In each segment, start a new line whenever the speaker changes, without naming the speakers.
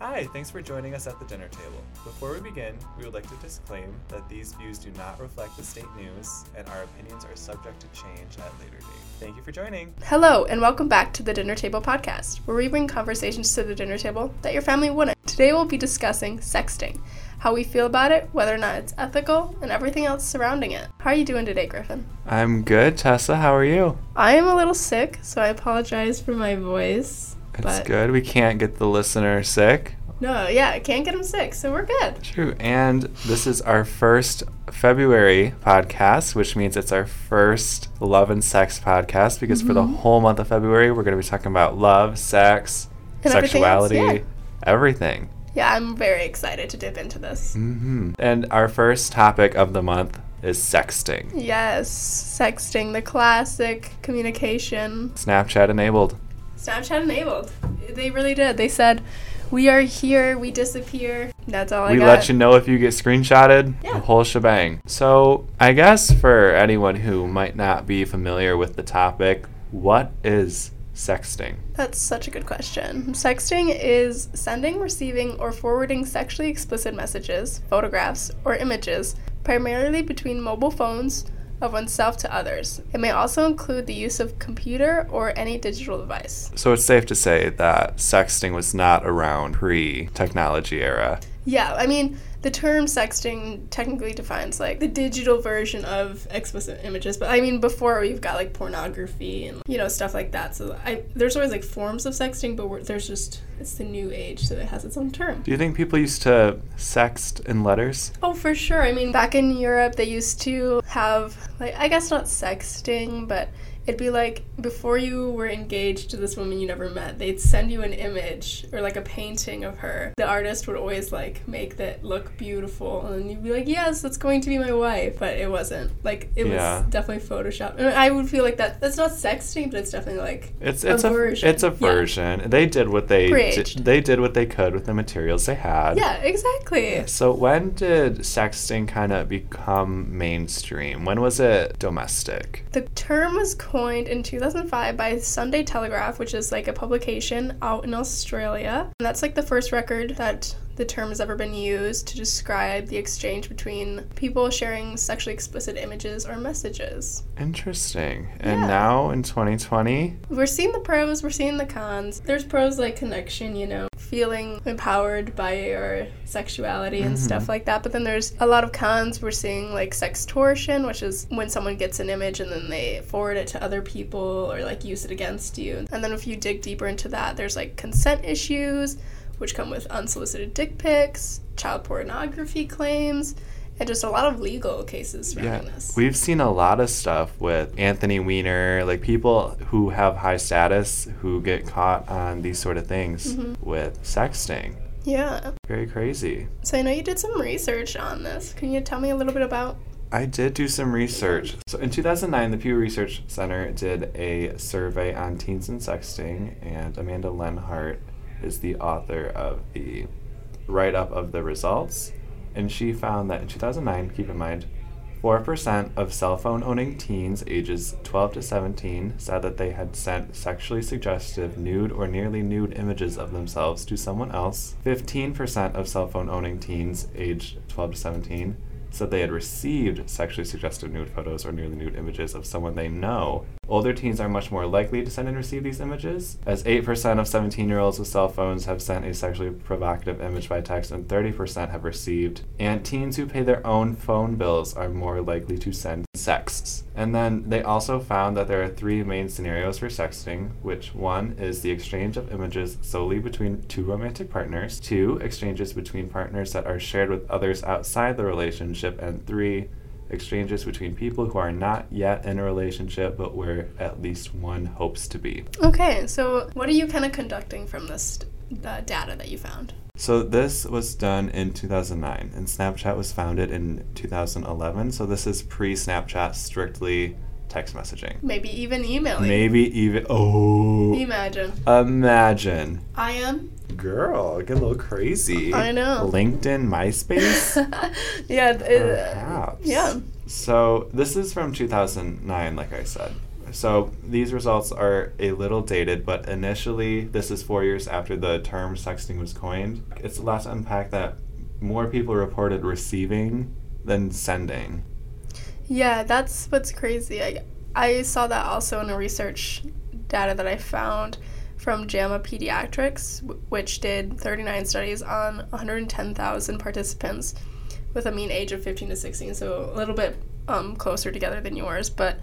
Hi, thanks for joining us at the dinner table. Before we begin, we would like to disclaim that these views do not reflect the state news and our opinions are subject to change at a later date. Thank you for joining.
Hello, and welcome back to the Dinner Table Podcast, where we bring conversations to the dinner table that your family wouldn't. Today, we'll be discussing sexting, how we feel about it, whether or not it's ethical, and everything else surrounding it. How are you doing today, Griffin?
I'm good, Tessa. How are you?
I am a little sick, so I apologize for my voice.
It's
But-
good. We can't get the listener sick.
No, yeah, I can't get him sick, so we're good.
True. And this is our first February podcast, which means it's our first love and sex podcast because for the
Mhm.
whole month of February, we're going to be talking about love, sex,
And everything else,
sexuality,
yeah.
everything.
Yeah, I'm very excited to dip into this.
hmm And our first topic of the month is sexting.
Yes, sexting, the classic communication.
Snapchat enabled.
Snapchat enabled. They really did. They said, "We are here. We disappear." That's all I
we
got.
let you know if you get screenshotted,
Oh Yeah.
the whole shebang. So, I guess for anyone who might not be familiar with the topic, what is sexting?
That's such a good question. Sexting is sending, receiving, or forwarding sexually explicit messages, photographs, or images, primarily between mobile phones of oneself to others. It may also include the use of computer or any digital device.
So, it's safe to say that sexting was not around pre technology era.
Yeah, I mean, the term sexting technically defines like the digital version of explicit images, but I mean before you've got like pornography and you know stuff like that. So I there's always like forms of sexting, but we're, there's just it's the new age, so it has its own term.
Do you think people used to sext in letters?
Oh, for sure. I mean, back in Europe, they used to have, like, I guess not sexting, but it'd be like before you were engaged to this woman you never met, they'd send you an image or like a painting of her. The artist would always like make that look beautiful, and then you'd be like, yes, that's going to be my wife. But it wasn't. Like, it
Yeah.
was definitely Photoshop. And I would feel like that that's not sexting, but it's definitely like,
It's
A
it's a,
version.
it's a
Yeah.
version. They did what they
Bridge.
di- they did what they could with the materials they had.
yeah, exactly.
So when did sexting kind of become mainstream? When was it domestic?
The term was coined in 2005 by Sunday Telegraph, which is like a publication out in Australia. And that's like the first record that the term has ever been used to describe the exchange between people sharing sexually explicit images or messages.
Interesting. And
Yeah.
now in 2020,
We're seeing the pros, we're seeing the cons. There's pros like connection, you know, feeling empowered by your sexuality and stuff like that. But then there's a lot of cons. We're seeing like sextortion, which is when someone gets an image and then they forward it to other people or like use it against you. And then if you dig deeper into that, there's like consent issues, which come with unsolicited dick pics, child pornography claims, and just a lot of legal cases
yeah,
surrounding this.
we've seen a lot of stuff with Anthony Weiner, like people who have high status who get caught on these sort of things with sexting.
yeah.
Very crazy.
So I know you did some research on this. Can you tell me a little bit about?
I did do some research. So in 2009, the Pew Research Center did a survey on teens and sexting, and Amanda Lenhart is the author of the write up of the results. And she found that in 2009, keep in mind, 4% of cell phone owning teens ages 12 to 17 said that they had sent sexually suggestive nude or nearly nude images of themselves to someone else. 15% of cell phone owning teens aged 12 to 17 said they had received sexually suggestive nude photos or nearly nude images of someone they know. Older teens are much more likely to send and receive these images, as 8% of 17 year olds with cell phones have sent a sexually provocative image by text and 30% have received. And teens who pay their own phone bills are more likely to send sexts. And then they also found that there are three main scenarios for sexting, which one is the exchange of images solely between two romantic partners, two, exchanges between partners that are shared with others outside the relationship, and three, exchanges between people who are not yet in a relationship but where at least one hopes to be.
Okay, so what are you kind of conducting from this uh, data that you found?
So this was done in 2009 and Snapchat was founded in 2011, so this is pre-Snapchat strictly text messaging.
Maybe even emailing.
Maybe even oh
Imagine.
imagine
I am.
girl get a little crazy.
I know.
LinkedIn, MySpace.
yeah. th- it- uh,
Perhaps.
yeah.
So this is from 2009, like I said. So these results are a little dated, but initially, this is four years after the term sexting was coined. It's a lot to unpack that more people reported receiving than sending.
Yeah, that's what's crazy. I, I saw that also in a research data that I found from JAMA Pediatrics, w- which did 39 studies on 110,000 participants with a mean age of 15 to 16, so a little bit um, closer together than yours. But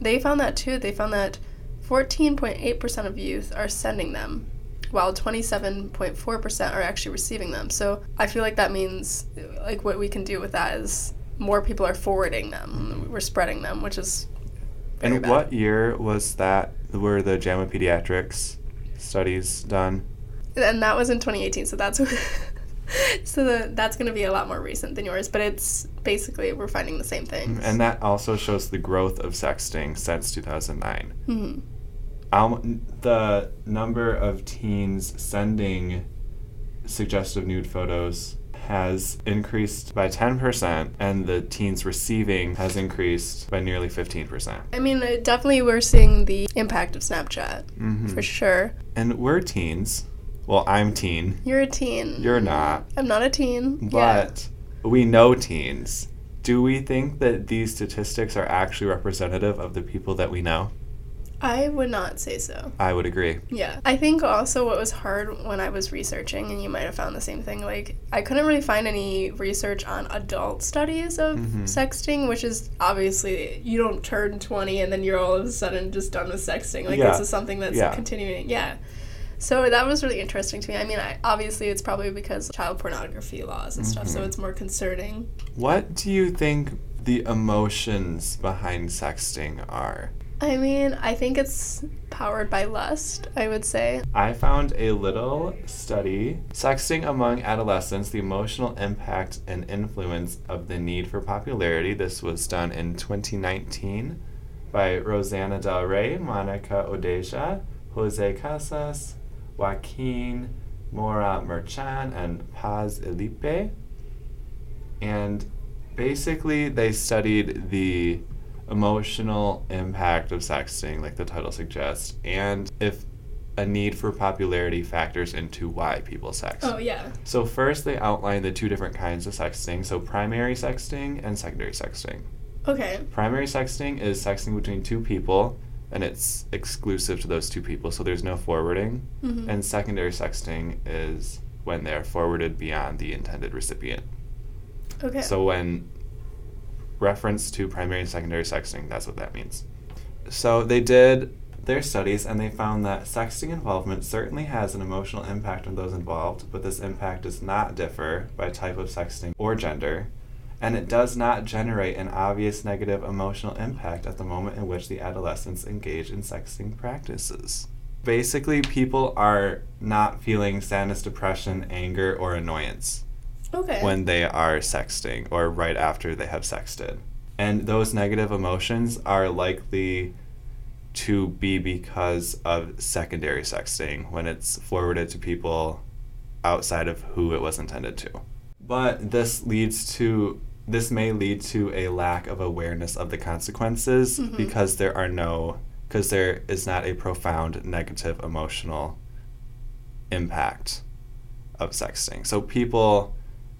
they found that too. They found that 14.8% of youth are sending them, while 27.4% are actually receiving them. So I feel like that means, like, what we can do with that is more people are forwarding them, we're spreading them, which is. very
And
bad.
what year was that? Were the JAMA Pediatrics studies done?
and that was in 2018 so that's so the, that's going to be a lot more recent than yours but it's basically we're finding the same thing
And that also shows the growth of sexting since 2009.
Mhm.
Um, the number of teens sending suggestive nude photos has increased by 10%, and the teens receiving has increased by nearly 15%.
i mean uh, definitely we're seeing the impact of snapchat
Mm.
for sure
And we're teens. Well, I'm teen.
you're a teen
You're not.
i'm not a teen yeah.
But we know teens. Do we think that these statistics are actually representative of the people that we know?
i would not say so
I would agree.
yeah i think also what was hard when i was researching and you might have found the same thing like i couldn't really find any research on adult studies of
Mm-hmm.
sexting which is obviously you don't turn 20 and then you're all of a sudden just done with sexting like
Yeah.
this is something that's
Yeah.
continuing yeah so that was really interesting to me i mean I, obviously it's probably because child pornography laws and stuff
Mm-hmm.
so it's more concerning
What do you think the emotions behind sexting are?
i mean i think it's powered by lust i would say
I found a little study sexting among adolescents, the emotional impact and influence of the need for popularity. This was done in 2019 by Rosanna Del Rey, Monica Odeja, Jose Casas, Joaquin Mora Merchan, and Paz Elipe. And basically, they studied the emotional impact of sexting, like the title suggests, and if a need for popularity factors into why people sext.
oh yeah
So, first, they outline the two different kinds of sexting so, primary sexting and secondary sexting.
okay
Primary sexting is sexting between two people and it's exclusive to those two people, so there's no forwarding.
Mhm.
And secondary sexting is when they're forwarded beyond the intended recipient.
okay
So when reference to primary and secondary sexting, that's what that means. So they did their studies and they found that sexting involvement certainly has an emotional impact on those involved, but this impact does not differ by type of sexting or gender, and it does not generate an obvious negative emotional impact at the moment in which the adolescents engage in sexting practices. Basically, people are not feeling sadness, depression, anger, or annoyance
okay
when they are sexting or right after they have sexted. And those negative emotions are likely to be because of secondary sexting when it's forwarded to people outside of who it was intended to. But this leads to this may lead to a lack of awareness of the consequences
Mhm.
because there are no because there is not a profound negative emotional impact of sexting. So people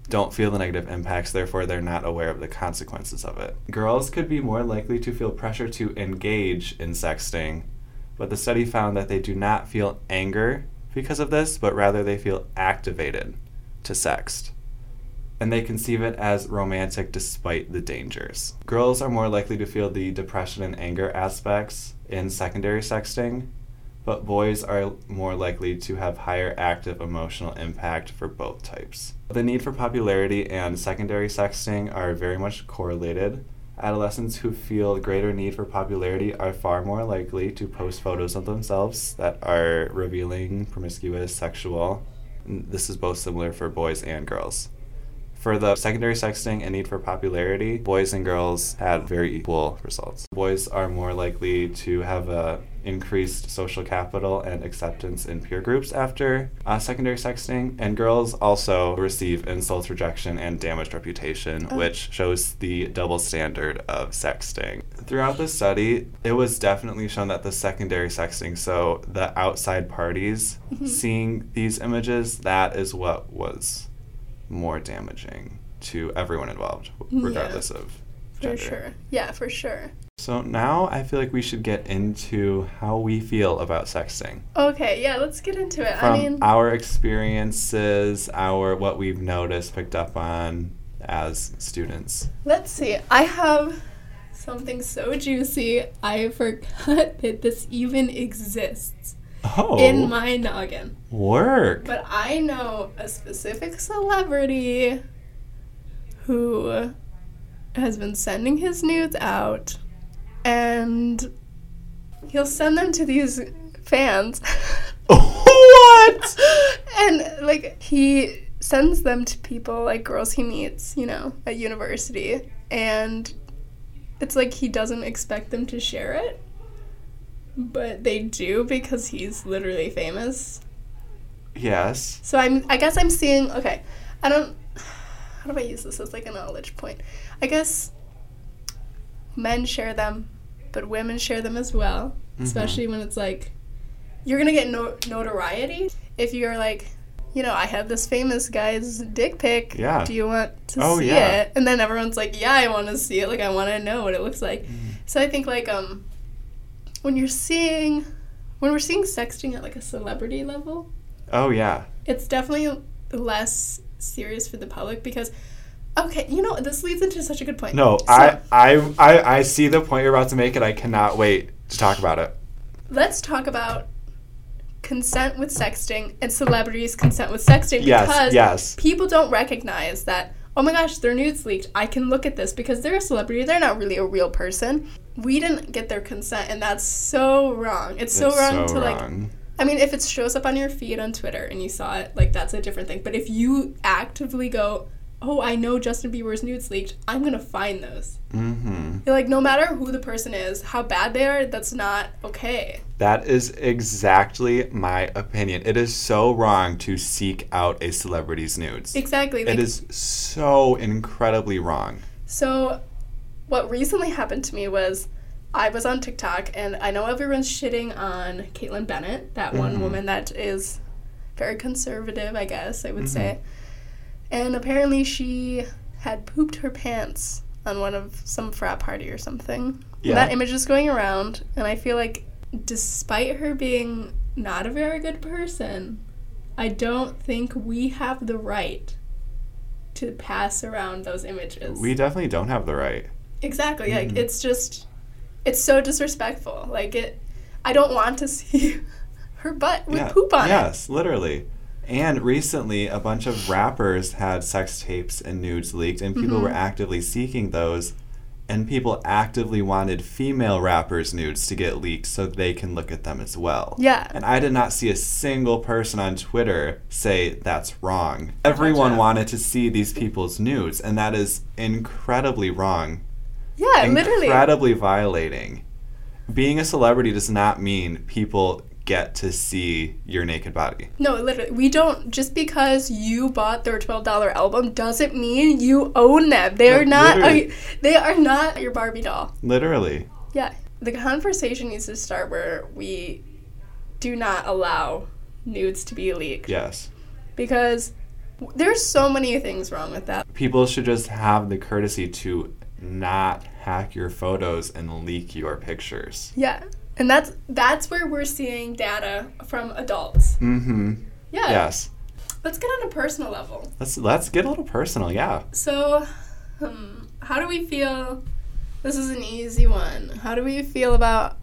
don't feel the negative impacts, therefore, they're not aware of the consequences of it. Girls could be more likely to feel pressure to engage in sexting, but the study found that they do not feel anger because of this, but rather they feel activated to sext. And they conceive it as romantic despite the dangers. Girls are more likely to feel the depression and anger aspects in secondary sexting, but boys are more likely to have higher active emotional impact for both types. The need for popularity and secondary sexting are very much correlated. Adolescents who feel greater need for popularity are far more likely to post photos of themselves that are revealing, promiscuous, sexual. N- This is both similar for boys and girls. For the secondary sexting and need for popularity, boys and girls had very equal results. Boys are more likely to have a increased social capital and acceptance in peer groups after uh, secondary sexting. And girls also receive insults, rejection, and damaged reputation,
Oh.
which shows the double standard of sexting. Throughout the study, it was definitely shown that the secondary sexting, so the outside parties
Mhm.
seeing these images, that is what was more damaging to everyone involved,
Mm-hmm. Yeah.
regardless of
For
gender.
sure. Yeah, for sure.
So now I feel like we should get into how we feel about sexting.
Okay, yeah, let's get into it.
From
I mean,
our experiences, our what we've noticed, picked up on as students.
let's see. I have something so juicy. I forgot that this even exists
Oh,
in my noggin.
work.
But I know a specific celebrity who has been sending his nudes out and he'll send them to these fans.
what?
and like he sends them to people like girls he meets, you know, at university and it's like he doesn't expect them to share it. But they do because he's literally famous.
Yes.
So I'm I guess I'm seeing okay. I don't how do I use this as like a knowledge point? I guess men share them, but women share them as well,
Mhm.
especially when it's like you're going to get no- notoriety if you're like you know, I have this famous guy's dick pic.
Yeah.
Do you want to
Oh,
see
yeah.
it? And then everyone's like, "Yeah, I want to see it. Like, I want to know what it looks like."
Mm-hmm.
So I think like um, when you're seeing, when we're seeing sexting at like a celebrity level,
Oh yeah.
it's definitely less serious for the public because okay you know this leads into such a good point
No,
So,
I, I I I see the point you're about to make, and I cannot wait to talk about it.
let's talk about consent with sexting and celebrities consent with sexting
Yes.
because
Yes.
people don't recognize that oh my gosh their nudes leaked i can look at this because they're a celebrity they're not really a real person we didn't get their consent and that's so wrong it's so
It's
wrong
so
to like
wrong.
I mean, if it shows up on your feed on Twitter and you saw it, like that's a different thing. But if you actively go, "Oh, I know Justin Bieber's nudes leaked. I'm gonna find those."
Mm-hmm.
You're like, no matter who the person is, how bad they are, that's not okay.
That is exactly my opinion. It is so wrong to seek out a celebrity's nudes.
Exactly. Like,
It is so incredibly wrong.
So, what recently happened to me was I was on TikTok, and I know everyone's shitting on Caitlyn Bennett, that one
Mhm.
woman that is very conservative, I guess I would
Mm-hmm.
say. And apparently, she had pooped her pants on one of some frat party or something.
Yeah.
That image is going around, and I feel like despite her being not a very good person, I don't think we have the right to pass around those images.
We definitely don't have the right.
Exactly.
Mhm.
Like it's just it's so disrespectful. Like it I don't want to see her butt with
yeah.
poop on it.
Yes, literally. And recently, a bunch of rappers had sex tapes and nudes leaked, and people
Mhm.
were actively seeking those. And people actively wanted female rappers' nudes to get leaked so they can look at them as well.
Yeah.
And I did not see a single person on Twitter say that's wrong. Everyone
Gotcha.
wanted to see these people's nudes, and that is incredibly wrong.
Yeah, literally.
incredibly violating. Being a celebrity does not mean people get to see your naked body.
No, literally. We don't just because you bought their twelve dollar album doesn't mean you own them. They
No,
are not
literally.
they are not your Barbie doll.
Literally.
Yeah. The conversation needs to start where we do not allow nudes to be leaked.
Yes.
Because w- there's so many things wrong with that.
People should just have the courtesy to not hack your photos and leak your pictures.
Yeah. And that's that's where we're seeing data from adults.
Mm hmm.
Yeah.
Yes.
Let's get on a personal level.
Let's let's get a little personal, yeah.
So, um, how do we feel? This is an easy one. How do we feel about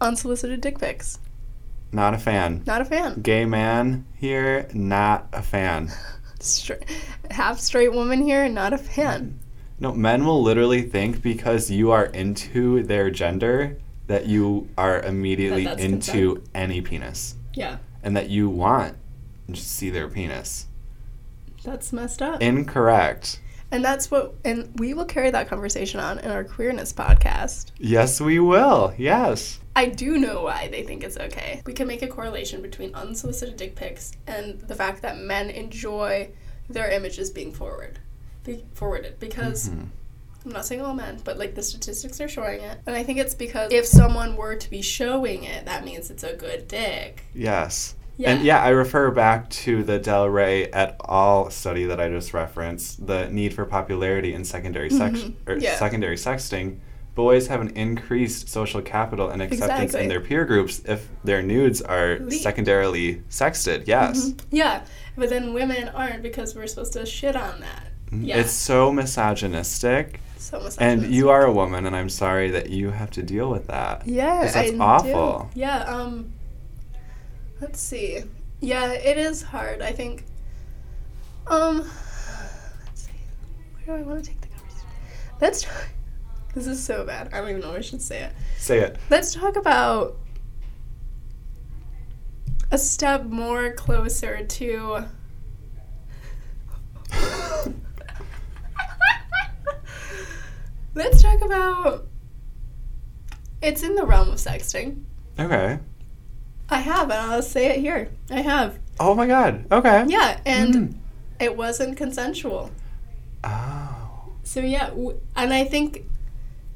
unsolicited dick pics?
Not a fan.
Not a fan.
gay man here, not a fan.
Stra- half straight woman here, not a fan.
No, men will literally think because you are into their gender that you are immediately
That that's
into any penis
Yeah,
and that you want to see their penis.
that's messed up.
Incorrect.
And that's what, and we will carry that conversation on in our queerness podcast.
Yes, we will. Yes.
I do know why they think it's okay. We can make a correlation between unsolicited dick pics and the fact that men enjoy their images being forward, be forwarded because.
Mhm.
I'm not saying all men, but like the statistics are showing it. And I think it's because if someone were to be showing it, that means it's a good dick.
Yes.
Yeah.
And yeah, I refer back to the Del Rey et al. study that I just referenced, the need for popularity in secondary sex
Mhm.
or
Yeah.
secondary sexting. Boys have an increased social capital and acceptance
Exactly.
in their peer groups if their nudes are
Le-
secondarily sexted. Yes.
Mhm. Yeah. But then women aren't because we're supposed to shit on that.
Mhm.
Mm-hmm. Yeah.
It's so misogynistic.
So misogynist.
And you are a woman, and I'm sorry that you have to deal with that.
Yeah,
'Cause that's
I
awful.
do. Yeah, um let's see. Yeah, it is hard. I think um let's see. Where do I want to take the conversation? Let's talk This is so bad. I don't even know if I should say it.
Say it.
Let's talk about a step more closer to Let's talk about it's in the realm of sexting.
okay.
I have, and I'll say it here. I have.
Oh my god. Okay.
Yeah, and
Mhm.
it wasn't consensual.
Oh.
So yeah, w- and I think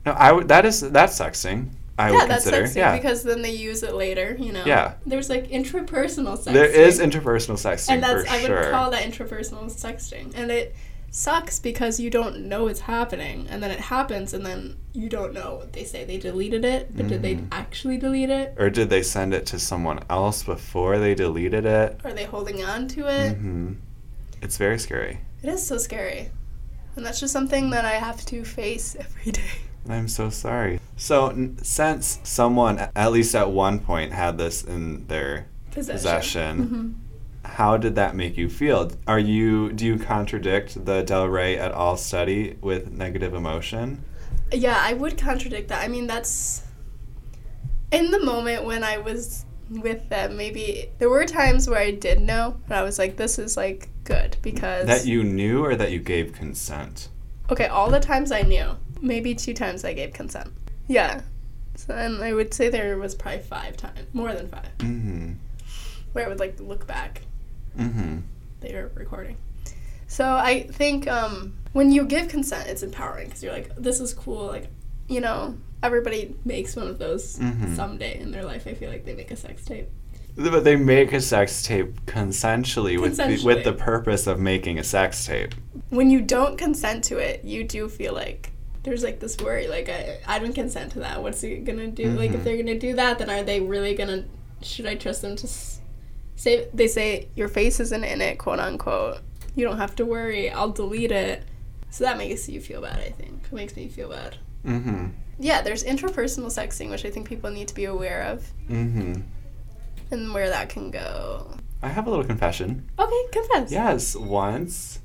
No, I would. That is that's sexting. I
yeah,
would
that's
consider.
sexting
yeah,
because then they use it later. You know.
Yeah.
There's like intrapersonal sexting.
there is interpersonal sexting
and that's
for
I would
sure.
call that intrapersonal sexting, and it sucks because you don't know it's happening, and then it happens, and then you don't know. They say they deleted it, but did they
Mhm.
actually delete it?
or did they send it to someone else before they deleted it?
Are they holding on to it?
hmm It's very scary,
It is so scary. And that's just something that I have to face every day.
and I'm so sorry. So n- since someone, at least at one point, had this in their
Possession.
possession,
Mhm.
how did that make you feel? Are you do you contradict the Del Rey et al. study with negative emotion?
Yeah, I would contradict that. I mean, that's. In the moment when I was with them, maybe there were times where I did know, but I was like, this is like good because.
That you knew or that you gave consent?
Okay, all the times I knew. Maybe two times I gave consent. Yeah. So, and I would say there was probably five times, more than five,
Mm-hmm.
where I would like look back
Mm-hmm.
they are recording. So I think um, when you give consent, it's empowering because you're like, this is cool. Like, you know, everybody makes one of those
Mhm.
someday in their life. I feel like they make a sex tape.
But they make a sex tape consensually, With, the, with
Consensually.
the purpose of making a sex tape.
When you don't consent to it, you do feel like there's like this worry, like I, I didn't consent to that. What's it gonna do? Like
Mhm.
if they're gonna do that, then are they really gonna? Should I trust them to? S- say they say your face isn't in it, quote unquote. You don't have to worry. I'll delete it. So that makes you feel bad. I think it makes me feel bad.
Mm-hmm.
yeah, there's intrapersonal sexting, which I think people need to be aware of
Mm-hmm.
and where that can go.
I have a little confession.
Okay, confess.
Yes, once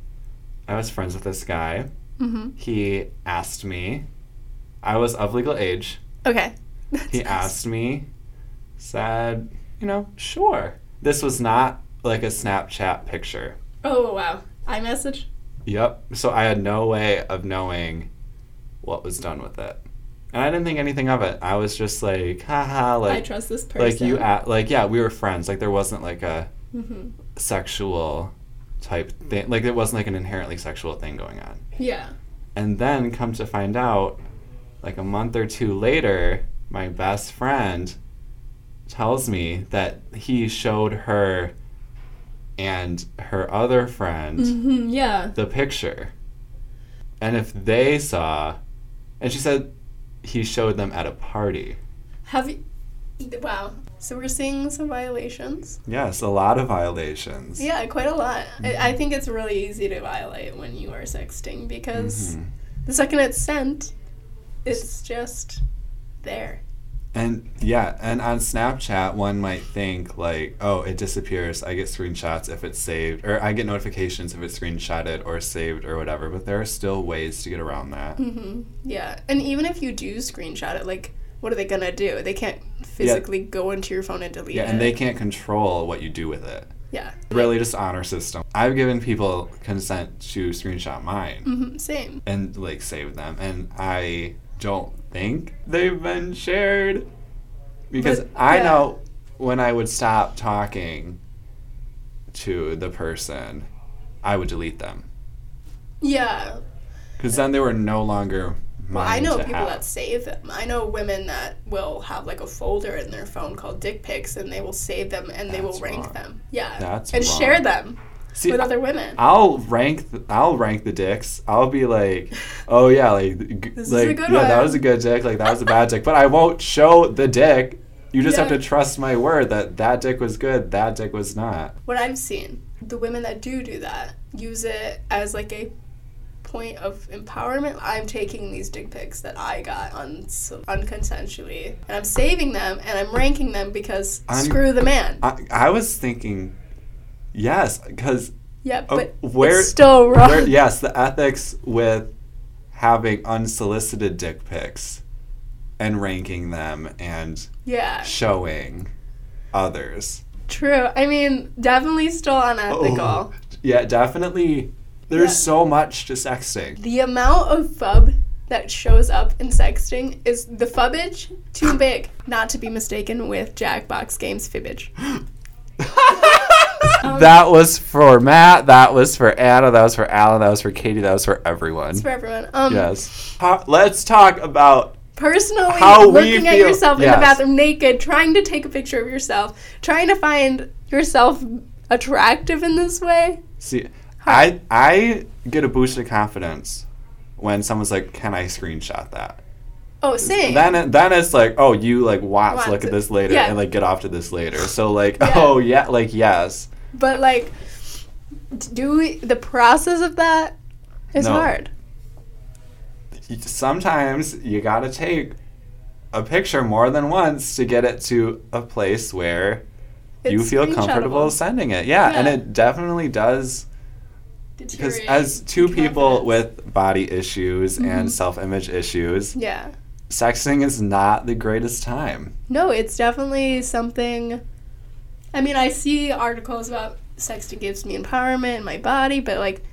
I was friends with this guy.
Mm-hmm.
He asked me. I was of legal age.
Okay.
He asked me. Said, you know, sure. This was not like a Snapchat picture.
Oh wow. iMessage.
Yep. So I had no way of knowing what was done with it. And I didn't think anything of it. I was just like, haha,
I
like
trust this person.
like you at like yeah, we were friends. Like there wasn't like a
hmm
sexual type thing. Like it wasn't like an inherently sexual thing going on.
Yeah.
And then come to find out like a month or two later, my best friend tells me that he showed her and her other friend
hmm Yeah.
the picture. And if they saw, and she said he showed them at a party.
Have you? Wow. So we're seeing some violations.
Yes, a lot of violations.
Yeah, quite a lot. I, I think it's really easy to violate when you are sexting because
Mhm.
the second it's sent, it's just there.
And yeah, and on Snapchat, one might think like, oh, it disappears. I get screenshots if it's saved, or I get notifications if it's screenshotted or saved or whatever. But there are still ways to get around that.
hmm Yeah, and even if you do screenshot it, like, what are they gonna do? They can't physically go into your phone and delete
Yeah,
it.
and they can't control what you do with it.
Yeah.
Really, just honor system. I've given people consent to screenshot mine.
hmm Same.
and like save them and i don't think they've been shared Because
But-
I
yeah.
know when I would stop talking to the person, I would delete them.
Yeah.
Because then they were no longer mine.
Well, I know
to
people
have.
that save them. I know women that will have like a folder in their phone called dick pics and they will save them and they will
That's
rank
wrong.
them. Yeah.
That's
and
wrong.
share them
See,
with other women.
I'll rank. The, I'll rank the dicks. I'll be like, oh yeah, like, g-
This is a
like
good
yeah, that
one."
was a good dick. Like that was a bad dick. But I won't show the dick. You just have
Yeah.
to trust my word that that dick was good. That dick was not.
what I've seen, the women that do do that use it as like a point of empowerment. I'm taking these dick pics that I got on unconsensually, and I'm saving them and I'm ranking them because
I'm-
screw the man.
I, I was thinking, yes, because
yeah,
Oh,
but
where-
it's still wrong.
Where- yes, the ethics with having unsolicited dick pics and ranking them and
yeah,
showing others.
true. I mean, definitely still unethical.
Oh, yeah, definitely. There's
Yeah.
so much to sexting.
The amount of fub that shows up in sexting is the fubbage too big, not to be mistaken with Jackbox Games fibbage.
that was for Matt. That was for Anna. That was for Alan. That was for Katie. That was for everyone.
It's for everyone. Um,
yes. Ho- let's talk about
personally
How we
looking at
feel-
yourself in
yes.
the bathroom naked, trying to take a picture of yourself, trying to find yourself attractive in this way.
See, I I get a boost of confidence when someone's like, "Can I screenshot that?"
Oh, same.
Then it, then it's like, "Oh, you like want
Want
to look
to-
at this later
yeah.
and like get off to this later." So like,
Yeah.
oh yeah, like yes,
but like, d- do we, the process of that is
No.
hard.
sometimes you gotta take a picture more than once to get it to a place where you
It's
feel
screenshottable.
comfortable sending it. Yeah, and
Yeah.
it definitely does because
Deteriorate
as two
your
people
confidence. Mm-hmm.
with body issues and self-image issues,
yeah,
sexting is not the greatest time.
no, it's definitely something. I mean, I see articles about sexting gives me empowerment in my body, but like.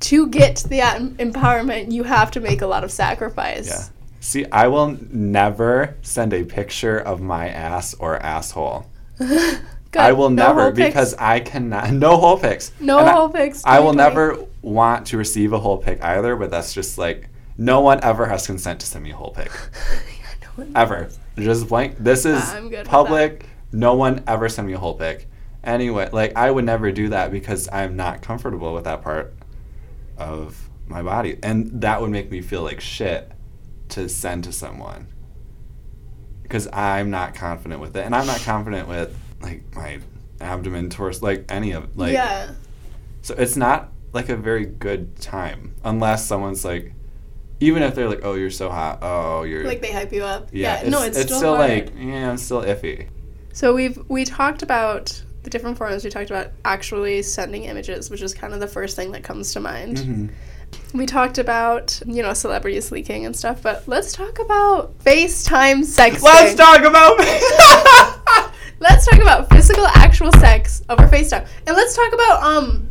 To get to the em- empowerment, you have to make a lot of sacrifice.
Yeah. See, I will n- never send a picture of my ass or asshole.
Good.
I will
No
never
whole pics.
because I cannot. No whole pics.
No
And I-
whole pics.
I, will
2020.
never want to receive a whole pic either. But that's just like no one ever has consent to send me a whole pic
Yeah, no one-
ever. Just blank. This is
I'm good with
public. No one ever sent me a whole pic. Anyway, like I would never do that because I'm not comfortable with that part of my body, and that would make me feel like shit to send to someone because I'm not confident with it, and I'm not confident with like my abdomen, torso, like any of like.
yeah.
So it's not like a very good time unless someone's like, even if they're like, "Oh, you're so hot. Oh, you're
Like they hype you up.
yeah, it's,
no,
it's,
it's, still,
still
hard.
like, yeah, I'm still iffy.
So we've we talked about the different forms. We talked about actually sending images, which is kind of the first thing that comes to mind.
Mm-hmm.
We talked about you know celebrities leaking and stuff, but let's talk about FaceTime sexting.
Let's talk about.
Let's talk about physical actual sex over FaceTime, and let's talk about um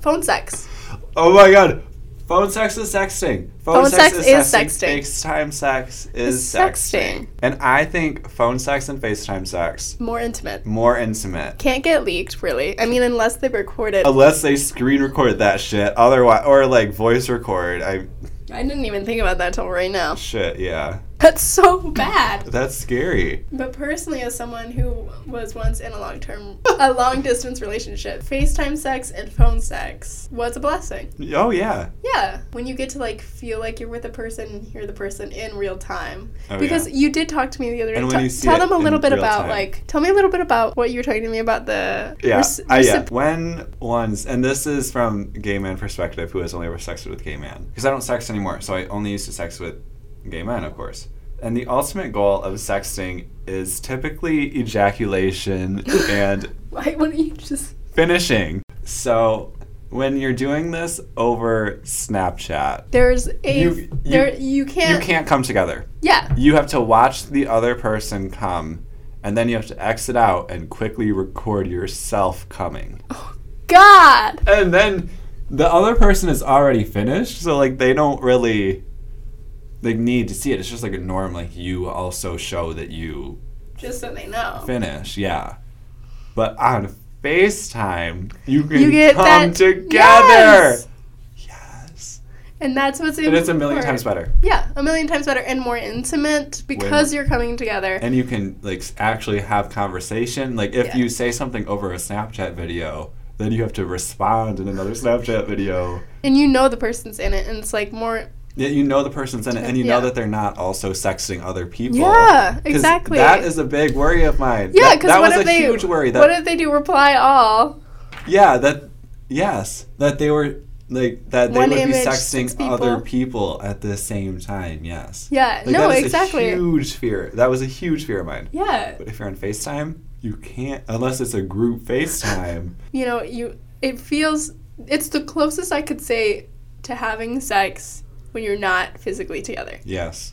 phone sex.
oh my god. Phone sex is sexting. Phone,
Phone sex is sexting.
FaceTime sex is
Is
sexting.
sexting.
And I think phone sex and FaceTime sex
More intimate.
more intimate.
Can't get leaked, really. I mean, unless they record it.
Unless they screen record that shit, otherwise, or like voice record. I
I didn't even think about that till right now.
shit, yeah,
That's so bad.
that's scary.
But personally, as someone who was once in a long term, a long distance relationship, FaceTime sex and phone sex was a blessing.
Oh yeah,
Yeah. When you get to like feel like you're with a person and hear the person in real time.
Oh,
because
yeah.
you did talk to me the other day.
And when
Tell-
you see
tell
it
them a
in
little bit
real
about
time.
like, tell me a little bit about what you were talking to me about the.
Yeah,
reci-
I- yeah.
recip-
When one's and this is from gay man perspective, who has only ever sexted with gay man because I don't sex anymore, so I only used to sex with gay men, of course. And the ultimate goal of sexting is typically ejaculation and
Why wouldn't you just.
finishing. So when you're doing this over Snapchat,
There's a.
You- you-
there, you
you
can't.
can't come together.
Yeah.
You have to watch the other person come, and then you have to exit out and quickly record yourself coming.
God.
and then the other person is already finished, so like they don't really like need to see it. It's just like a norm. Like you also show that you
just so they know.
finish, yeah. But on FaceTime, you can
You get
come
that
together.
Yes!
Yes.
And that's what's
And it's a million
important.
times better.
Yeah, a million times better and more intimate because you're coming together.
And you can like s- actually have conversation. Like if
Yeah.
you say something over a Snapchat video, then you have to respond in another Snapchat video.
And you know the person's in it and it's like more
Yeah, you know the person's in it, and you
Yeah.
know that they're not also sexting other people.
Yeah,
'Cause
exactly.
That is a big worry of mine.
Yeah,
That-
because
that
what
was
if
a
they
huge worry. That
what if they do reply all?
Yeah, that yes, that they were like that they
One
would
image,
be sexting
six people.
other people at the same time. Yes.
Yeah,
Like,
no,
that is
exactly.
A huge fear. That was a huge fear of mine.
yeah,
But if you're on FaceTime, you can't unless it's a group FaceTime.
you know, you it feels it's the closest I could say to having sex when you're not physically together.
yes.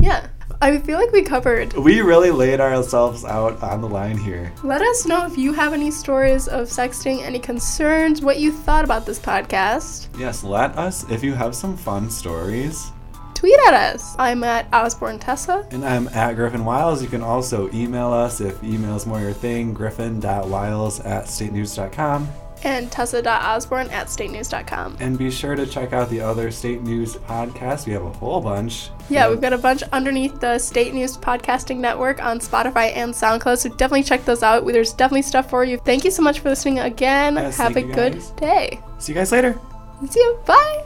Yeah, I feel like we covered.
We really laid ourselves out on the line here.
Let us know if you have any stories of sexting, any concerns, what you thought about this podcast.
Yes, let us if you have some fun stories.
Tweet at us. I'm at Osborne Tessa.
And I'm at Griffin Wiles. You can also email us if email's more your thing, griffin.wiles at statenews.com.
and tessa.osborne at statenews.com.
And be sure to check out the other state news podcasts. We have a whole bunch.
Yeah, we've got a bunch underneath the State News Podcasting Network on Spotify and SoundCloud, so definitely check those out. There's definitely stuff for you. Thank you so much for listening again.
Yes,
Have a
thank you,
good
guys.
day.
See you guys later.
See you. Bye.